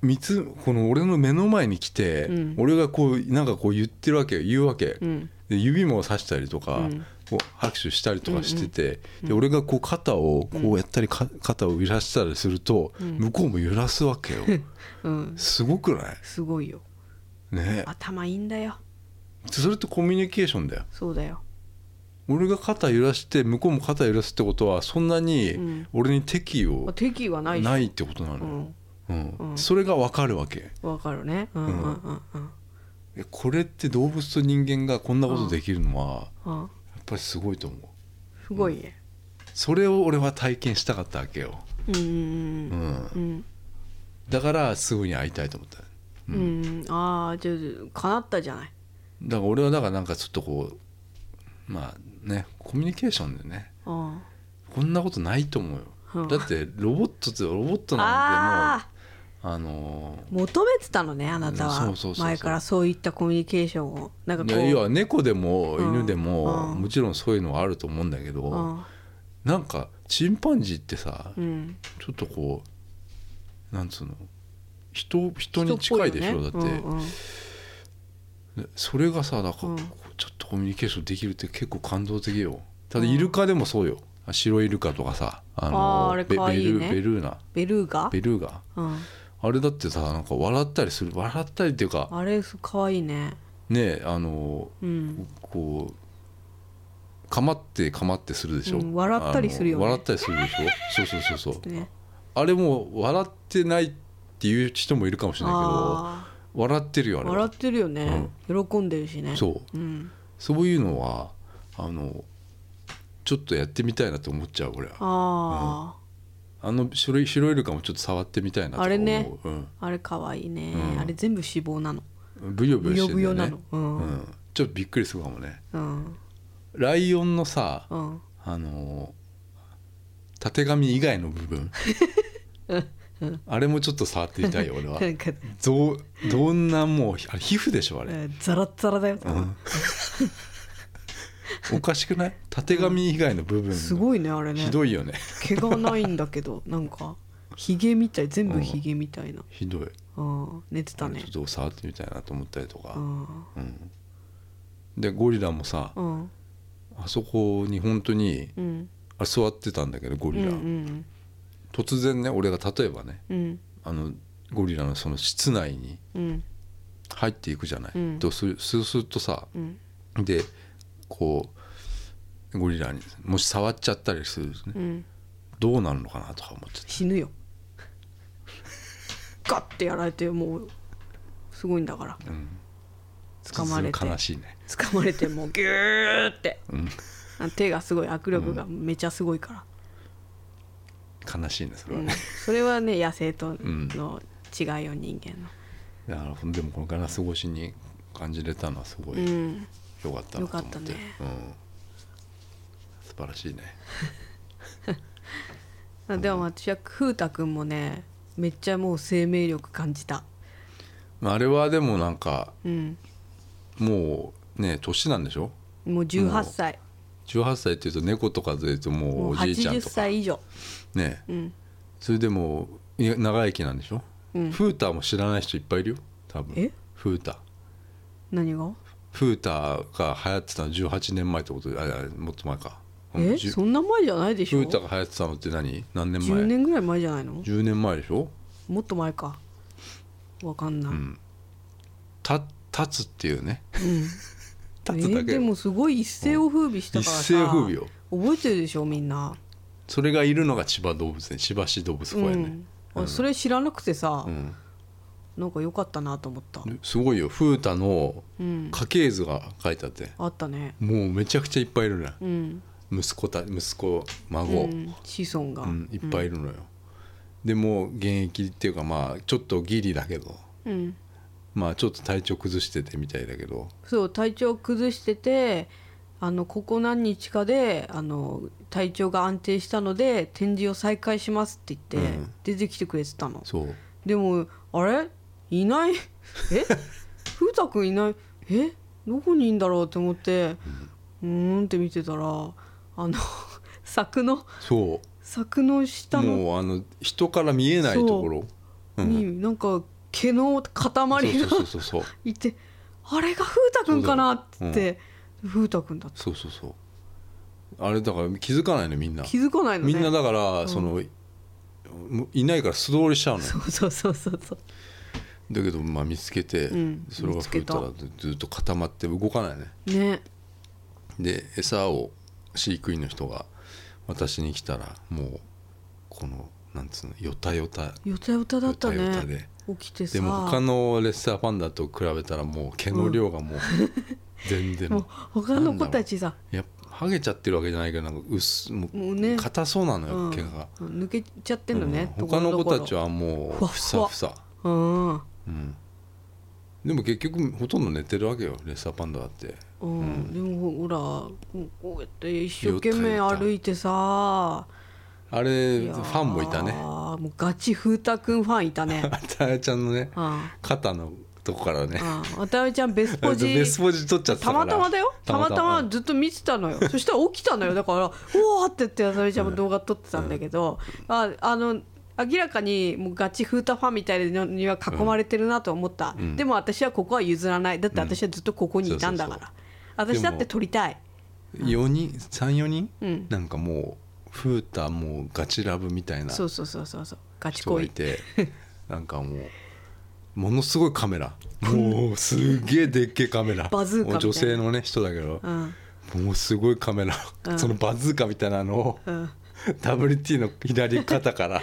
B: 三つこの俺の目の前に来て、
A: うん
B: 俺がこうなんかこう言ってるわけ言うわけ、
A: あうん
B: で指もさしたりとか、
A: うん
B: こう拍手したりとかしてて、で俺がこう肩をこうやったりか肩を揺らしたりすると、向こうも揺らすわけよ
A: うん
B: すごくない
A: すごいよ
B: ね
A: 頭いいんだよ
B: それってコミュニケーションだよ
A: そうだよ
B: 俺が肩揺らして向こうも肩揺らすってことはそんな
A: うん
B: に俺に敵意
A: あ
B: を
A: 敵意はないし
B: ないってことな
A: う
B: のよ、
A: ん
B: うん
A: うん
B: それが分かるわけ
A: わかるねうんうんうんうん
B: えこれって動物と人間がこんなことできるのは
A: あ
B: やっぱりすごいと思う
A: すごいね
B: それを俺は体験したかったわけよ、
A: うんう
B: うんん、
A: うん
B: だからすぐに会いたいと思っただか
A: うんうんああじゃあかなったじゃない
B: ら俺はだからなんかちょっとこうまあねコミュニケーションでね
A: あ
B: こんなことないと思うよ、
A: うん
B: だってロボットってロボットなん
A: あ
B: てもうあのー
A: ー求めてたのねあなた
B: そう
A: は
B: そうそうそう
A: 前からそういったコミュニケーションをなんか
B: い
A: こう
B: やいや猫でも
A: うん
B: 犬でも、
A: うん
B: もちろんそういうのはあると思うんだけど、
A: うん
B: なんかチンパンジーってさ、
A: うん
B: ちょっとこうなんつうの人人に近いでしょ
A: 人
B: だ
A: っ
B: って、
A: ぽよねうんうん
B: でそれがさなんか、
A: うん
B: こうちょっとコミュニケーションできるって結構感動的よただイルカでもそうよ白イルカとかさあ
A: あーあれ
B: ベ
A: 可愛いね
B: ベルベルーナ
A: ベルーガ
B: ベルーガ
A: うん
B: あれだってさなんか笑ったりする笑ったりっていうか
A: あれす可愛いね
B: ねあの
A: うん
B: こうかまってかまってするでしょ、
A: うん笑ったりするよね
B: あの笑ったりするでしょそうそうそうそ う、
A: ね
B: あれも笑ってないっていう人もいるかもしれないけど
A: あ
B: 笑ってるよあ
A: ー
B: れ
A: 笑
B: は
A: ってるよね喜んでるしね
B: そう
A: うん
B: そういうのはあのちょっとやってみたいなと思っちゃう俺は
A: あ
B: あの白い白イルカもちょっと触ってみたいなとか思う
A: あれね
B: うん、
A: ああれ可愛いね
B: うん
A: あれ全部脂肪なの
B: ブヨ
A: ブ
B: ブヨし
A: ヨ
B: て
A: ブ
B: る
A: ヨ
B: んだ
A: な
B: よ
A: のう
B: ね、うんん、ちょっとびっくりするかもね
A: うん
B: ライオンのさ
A: うん
B: あのたてがみ以外の部分あれもちょっと触ってみたいよ俺は
A: なんか
B: どうどんなもうあれ皮膚でしょあれ
A: えーザラッザラだよ
B: おかしくないたてがみ以外の部分
A: すごいねあれね
B: ひどいよね
A: 毛がないんだけどなん かヒゲみたい全部ヒゲみたいな、
B: ひどい
A: うん、寝てたね
B: ちょっと触ってみたいなと思ったりとか、
A: うん
B: うんでゴリラもさ、
A: うん
B: あそこに本当に
A: うん
B: あ座ってたんだけどゴ
A: うんう
B: リラ、
A: ん
B: 突然ね俺が例えばね
A: うん
B: あのゴリラのその室内に
A: うん
B: 入っていくじゃない、
A: うん
B: とすそうするとさ
A: うん
B: でこうゴリラにもし触っちゃったりするとね、
A: うん
B: どうなるのかなとか思っちゃって
A: 死ぬよガッてやられてもうすごいんだから、
B: ん
A: 掴まれて
B: ちょっと悲しいね
A: 掴まれてもうギューって、
B: ん
A: あ手がすごい握力がめちゃすごいから、
B: 悲しいねそれ
A: う
B: は
A: ん
B: ね、
A: それはね野生と
B: ん
A: の違いよ人間の、
B: だからでもこのガラス越しに感じれたのはすごい、
A: うん、
B: よかったなと思って
A: よかったね
B: うん、素晴らしいね
A: あでも私は風太くんもねめっちゃもう生命力感じた
B: まああれはでもなんか
A: うん
B: もうね年なんでしょ
A: もう18歳
B: 18歳っていうと猫とかで言うともう
A: もう
B: おじいちゃん
A: 80
B: とか
A: 歳以上
B: ね
A: うん
B: それでもいや長生きなんでしょ、フーターも知らない人いっぱいいるよ多分
A: え
B: フーター
A: 何が
B: フーターが流行ってたの18年前ってことであいやもっと前かうん
A: え
B: じゅ
A: そんな前じゃないでし
B: フ
A: ょ
B: ーターが流行ってたのって何何年前
A: 10年ぐらい前じゃないの
B: 10年前でしょ
A: もっと前かわかんない、
B: んた立つっていうね
A: え
B: 立つだ
A: ー
B: け
A: でもすごい一世を風靡したからさ
B: 一世を風靡よ
A: 覚えてるでしょみんな、
B: それがいるのが千葉動物園千葉市動物
A: う
B: 公園ね、
A: ん、あそれ知らなくてさ、
B: ん
A: なんか良かったなと思った、
B: すごいよ風太の
A: うん、
B: 家系図が書いてあって、
A: あったね
B: もうめちゃくちゃいっぱいいるね、
A: うん、
B: 息子た息子
A: う
B: 孫、うん
A: ん、子孫が、
B: いっぱいいるのよ、でもう現役っていうかまあちょっとギリだけど
A: うん、
B: まあちょっと体調崩しててみたいだけど
A: そう体調崩しててあのここ何日かであの体調が安定したので展示を再開しますって言って、
B: うん
A: 出てきてくれてたの
B: そう
A: でもあれいない え風太くんいないえどこにいんだろうって思ってうーんって見てたらあの 柵の
B: そ
A: 柵の
B: う
A: 下の
B: もうあの人から見えないところうん
A: になんか毛の塊が
B: そうそうそうそう
A: いてあれが風太くんかなって風太くんだった
B: そうそうそうあれだから気づかないのみんな
A: 気づかないのね
B: みんなだから、
A: ん
B: そのもういないから素通りしちゃうの
A: そうそうそうそうそう
B: だけどまあ見つけて、
A: うん
B: それが
A: 見つけ
B: 吹い
A: た
B: たらずっと固まって動かないね
A: ね
B: で餌を飼育員の人が私に来たらもうこのなんつうのよたよた
A: よたよただった
B: よたよた
A: ね
B: で
A: 起きてさ
B: でも他のレッサーパンダと比べたらもう毛の量がもう全然、
A: もう他の子たちさ
B: いやハゲちゃってるわけじゃないけどなんか薄も
A: もう
B: う
A: ね
B: 硬そうなの
A: う
B: よ、
A: ん
B: 毛が、
A: 抜けちゃってんのね、
B: う
A: と
B: ん
A: こ
B: 他
A: ろ
B: の
A: ど
B: 子
A: ころ
B: たちはも
A: ふ
B: う
A: わ
B: ふ
A: ふわ
B: さふさ
A: うん
B: うんでも結局ほとんど寝てるわけよレッサーパンダだって
A: うんでもほらこうやって一生
B: よたよ
A: 懸
B: た
A: 命歩いてさ
B: あ
A: い
B: れフ
A: やー
B: ァンもいたね
A: もうガチ風太くんファンいた ね
B: あたやちゃんのね
A: あ
B: 肩のとこからね
A: あああ渡辺ちゃんベスポ
B: あ
A: ジ
B: ベスポジ取っちゃって
A: た
B: たから
A: またまだよたまたま
B: うん
A: ずっと見てた のよそしたら起きたのよだから「うわ!」って言って渡辺ちゃんも動画撮ってたんだけど、ああの明らかにもうガチフータファンみたいなのには囲まれてるなと思った、
B: うん
A: でも私はここは譲らないだって私はずっとここにいたんだから、
B: うんうそう
A: 私だって撮りたい
B: 4人34人、
A: うん
B: なんかもうフータもうガチラブみたいな
A: そ
B: 人
A: うそうそうそうそうガチ
B: がい
A: 恋
B: てなんかもうものすごいカメラもうすげえでっけえカメラ
A: バズーカみたいな
B: 女性のね人だけど
A: う、ん
B: もうすごいカメラ、
A: うん
B: そのバズーカみたいなのを、
A: うん
B: WT の左 肩から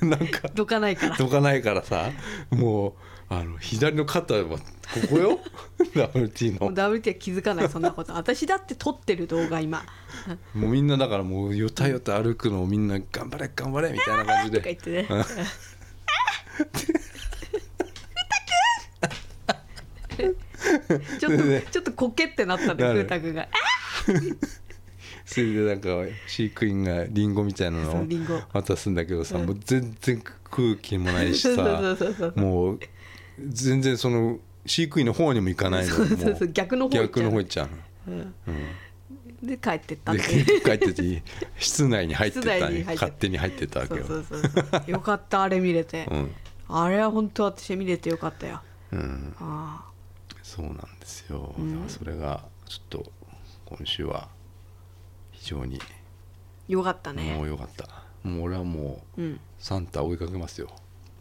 B: なんか
A: どかないから
B: どかないからさもうあの左の肩はここ よ WT
A: もう
B: の
A: WT は気づかないそんな こと私だって撮ってる動画今
B: もうみんなだからもうよたよた歩くのをみんな頑張れ頑張れみたいな感じ
A: とか言っ
B: で
A: てねちょっと、
B: ね
A: ちょっとコケってなったんで
B: なる
A: 風太くんが
B: それでなんか飼育員がリンゴみたいな
A: そ
B: の
A: うリンゴ
B: を渡すんだけどさ
A: うん
B: もう全然空気もない
A: そ
B: し
A: うそう
B: さ
A: そうそう
B: もう全然その飼育員の方にも行かないの
A: そうそうそう
B: もう
A: 逆の方行っちゃう
B: 逆の方行っちゃうの。
A: で帰ってったん
B: で
A: で
B: 結局帰ってて室内に入って
A: 室
B: た
A: 内に入
B: ね
A: って
B: 勝手に入ってたわ
A: そ
B: け
A: う
B: よ
A: そうそうそうよかったあれ見れて、
B: うん
A: あれは本当私見れてよかったよ
B: うん
A: あ
B: そうなんですよ、だからそれがちょっと今週は非常に
A: ーよかった
B: も
A: ね
B: う良かった、もう俺はもう
A: うん
B: サンタ追いかけますよ、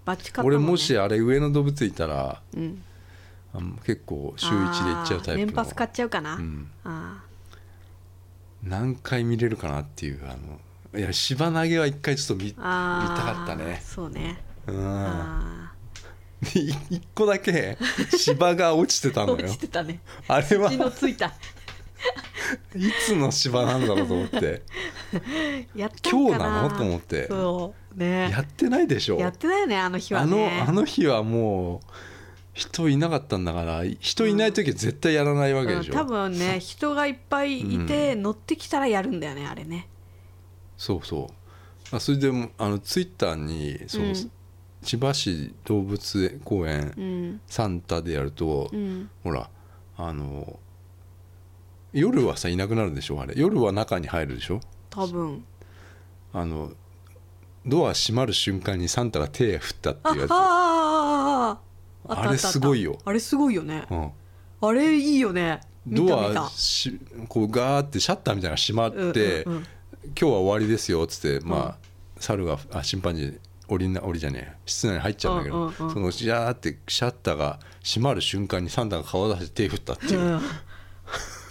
A: バッチ買ったもん、ね、
B: 俺もしあれ上の動物いたら
A: うん
B: あの結構週1で行っちゃうタ
A: あ
B: イプの
A: ー年パス買っちゃうかな、
B: うん
A: あ
B: 何回見れるかなっていうあのいや芝投げは一回ちょっと見見
A: ー
B: た
A: あー
B: かったね
A: そうね
B: うん
A: あ
B: で 一個だけ芝が落ちてた
A: あ
B: の
A: 落
B: よ
A: ちてた ね
B: あれは
A: 血のついた
B: いつの芝なんだろうと思って
A: やった
B: 今
A: ん
B: 日
A: かな
B: なのと思って
A: そうね
B: やってないでしょ
A: やってないよねあの日は
B: あの
A: ね
B: あの日はもう人いなかったんだから人いない時は絶対やらないわけでしょ、
A: うん多分ね人がいっぱいいて、乗ってきたらやるんだよねあれね
B: そうそうあそれでもあのツイッターにその、
A: うん
B: 千葉市動物公園、
A: うん
B: サンタでやると、
A: うん
B: ほらあの夜はさいなくなるでしょあれ夜は中に入るでしょ
A: 多分
B: あのドア閉まる瞬間にサンタが手振ったって
A: あ
B: い うやつ
A: ああああああった
B: あれすごいよ
A: あれすごいよね
B: うん
A: あれいいよね見た見
B: ド
A: た
B: アしこうガーってシャッターみたいなのが閉まって、
A: うんうんうん
B: 今日は終わりですよ」っつって、まあ猿があチンパンジー降りな降りじゃねえ室内に入っちゃうんだけど、
A: うんうんうん
B: そのジャーってシャッターが閉まる瞬間にサンタが顔出して手振ったっていう、
A: うん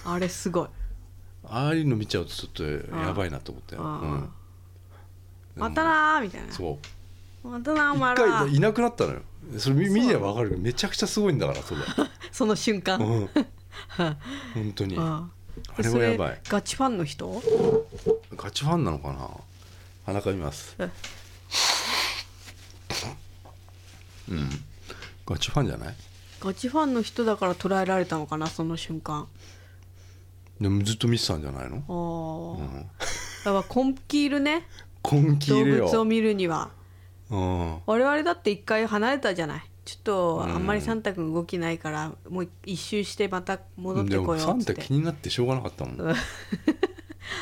A: あれすごい
B: ああいうの見ちゃうとちょっとやばいなと思って、う
A: うん
B: ん
A: またなーみたいな
B: そう
A: またなーお前
B: 一
A: ら
B: 回いなくなったのよそれ見見ればわかるけどめちゃくちゃすごいんだからそれ、
A: その瞬間、
B: うん 本当にあ
A: あ
B: れはやばい
A: ガチファンの人
B: ガチファンなのかな鼻かみます
A: うん
B: うんガチファンじゃない
A: ガチファンの人だから捉えられたのかなその瞬間
B: でもずっと見てたんじゃないの
A: あ、ー
B: うん
A: だから根気いるね
B: 根気
A: 動
B: いるよ
A: 物を見るには
B: うん
A: 我々だって一回離れたじゃないちょっと
B: うん
A: あんまりサンタ君動きないからもう一周してまた戻って
B: で
A: こ
B: も
A: よ
B: サ
A: うっ
B: ン
A: つ
B: タ
A: って
B: 気になってしょうがなかったもん、うん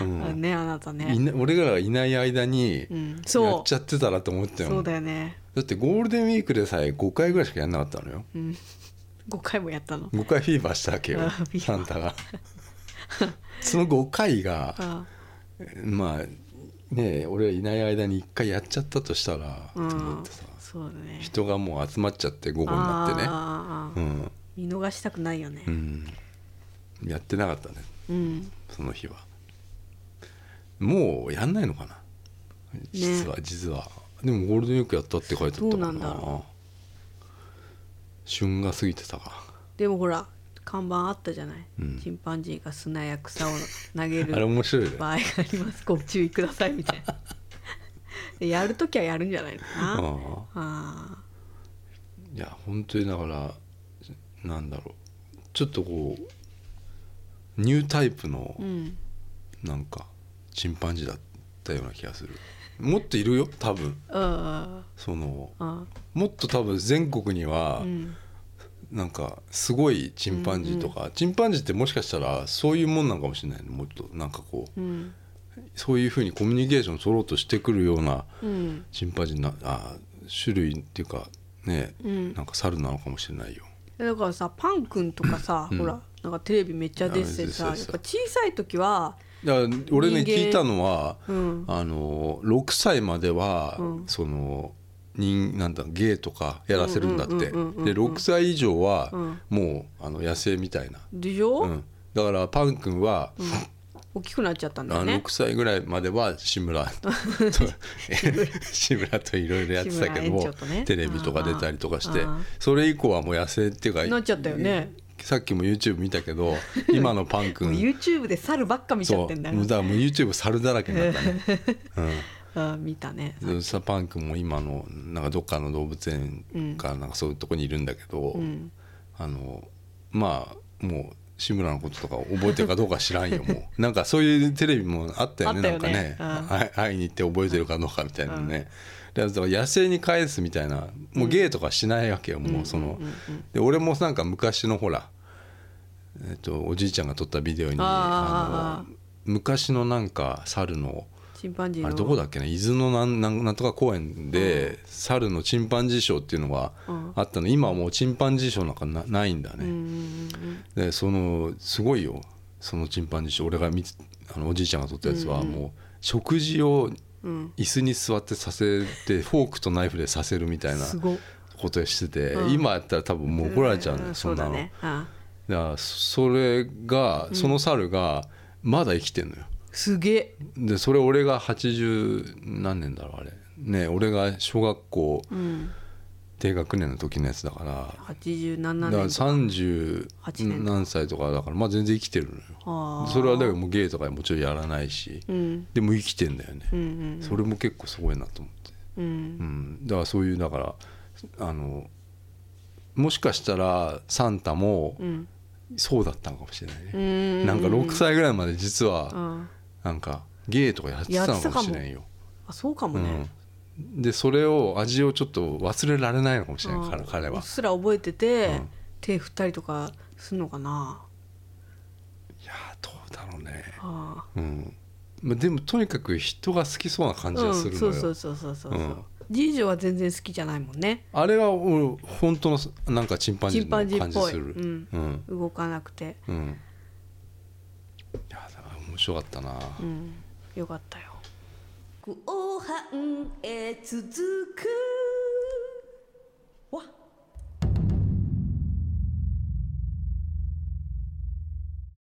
A: あねあなた
B: い
A: ね
B: な俺らがいない間に
A: うんそう
B: やっちゃってたらと思ってたよ、
A: そうだよね、
B: だってゴールデンウィークでさえ5回ぐらいしかやんなかったのよ
A: うん、5回もやったの
B: 5回フィーバーしたわけよ
A: あフィーバー
B: サンタ がその5回が
A: あ
B: まあねえ俺らいない間に1回やっちゃったとしたら、
A: うん
B: と思ってさ
A: そうだね
B: 人がもう集まっちゃって午後になってね
A: あーあーあー
B: うん、
A: 見逃したくないよね
B: うん、やってなかったね
A: うん
B: その日はもうやんないのかな実は、実はでもゴールデンウィークやったって書いてあっ
A: ど
B: たか
A: う
B: ら
A: なんだろ
B: 旬が過ぎてたか
A: でもほら看板あったじゃない、
B: うん
A: チンパンジーが砂や草を投げ
B: あれ
A: る
B: 面白いね
A: 場合がありますご注意くださいみたいなでやるときはやるんじゃないのかな
B: ああ
A: あ
B: いや本当にだからなんだろうちょっとこうニュータイプの
A: ーうん
B: なんかチンパンジーだったような気がするもっといるよ多分
A: あ
B: その
A: ーあ
B: もっと多分全国には、
A: ーうん
B: なんかすごいチンパンジーとか、チンパンジーってもしかしたらそういうもんなんかもしれないねもっとなんかこう
A: うん
B: そういうふうにコミュニケーション取ろうとしてくるような
A: うん
B: チンパンジーなあ種類っていうかね、
A: うん
B: なんか猿なのかもしれないよ。
A: だからさパン君とかさ、
B: うん
A: ほらなんかテレビめっちゃ出ててさ
B: あ
A: や
B: 出
A: ってぱ
B: た
A: 小さい時は
B: だから俺ね
A: 人間
B: 聞いたのは、
A: うん
B: あの6歳までは、
A: うん
B: その人なんだ芸とかやらせるんだって、
A: うんうんうんうんうん
B: で6歳以上は、
A: うん
B: もうあの野生みたいな、
A: でしょ、
B: うん、だからパン君は、
A: 大きくなっちゃったんだ
B: あ
A: よ
B: 6
A: ね
B: 歳ぐらいまでは 志村と志村といろいろやってたけど
A: 志村園
B: も
A: 長とね
B: テレビとか出たりとかして
A: あーあー
B: それ以降はもう野生っていうか
A: なっちゃったよね
B: さっきも YouTube 見た けど今のパン
A: もう
B: 君
A: YouTube で猿ばっか見ちゃ
B: そ
A: っ
B: う
A: てんだ
B: も
A: よ
B: うだからもう YouTube 猿だらけになったね、
A: あ見たね
B: うん、さパン君も今のなんかどっかの動物園かなんかそういうとこにいるんだけど、
A: ん
B: あのまあもう志村のこととか覚えてるかどうか知らんよも うなんかそういうテレビもあったよね
A: あったよ
B: なんかね
A: ね
B: あ会いに行って覚えてるかどうかみたいなね、であとは野生に返すみたいなもう芸とかしないわけよ、もうその、で俺もなんか昔のほらえっとおじいちゃんが撮ったビデオに
A: あー
B: あの昔のなんか猿の
A: チンパンジー
B: あ
A: の
B: れどこだっけね伊豆のなんなんなんとか公園で、猿のチンパンジーショーっていうのが
A: うん
B: あったの、今はもうチンパンジーショーなんかなないんだね、
A: うんうん
B: でそのすごいよそのチンパンジーショー俺が見つあのおじいちゃんが撮ったやつはもう食事を
A: うん
B: 椅子に座ってさせ てフォークとナイフでさせるみた
A: う
B: い
A: ん
B: な
A: すごい
B: ことをしてて、
A: うん
B: 今やったら多分もう怒られちゃうね、
A: ん
B: そんなの
A: うだねあ
B: だからそれがその猿がまだ生きてんのよ、
A: すげえ
B: でそれ俺が80何年だろうあれね俺が小学校
A: うん
B: 低学年の時のやつだからだ
A: 87
B: から
A: 年
B: 30
A: 八年
B: 何歳とかだからまあ全然生きてるのよ
A: あー
B: それはだからもう芸とかもちろんやらないし
A: うん
B: でも生きてんだよね
A: うんうん
B: それも結構すごいなと思って、
A: うん
B: うん、だからそういうだからあのもしかしたらサンタも
A: うん
B: そうだったのかもしれないね、
A: う
B: なんか6歳ぐらいまで実
A: う
B: は
A: ん
B: なんか芸とかやってたのかもしれないよ
A: あそうかもね
B: うん、でそれを味をちょっと忘れられないのかもしれないから
A: あー
B: 彼
A: うっ
B: は
A: すら覚えてて
B: うん
A: 手振ったりとかすんのかない
B: やーどうだろうね、
A: あー
B: うんまあ、でもとにかく人が好きそうな感じがするのよ、
A: うん、そうそうそうそうそう
B: う
A: そ
B: ん
A: う次女は全然好きじゃないもんね
B: あれは俺本当のなんかチンパンジ
A: チンパンジ
B: ーの
A: ー
B: 感
A: っ
B: じ
A: ぽい、
B: する
A: うん、
B: うん
A: 動かなくて、
B: うんいやだから面白かったな、
A: うん、よかったよ
C: 後半へ続く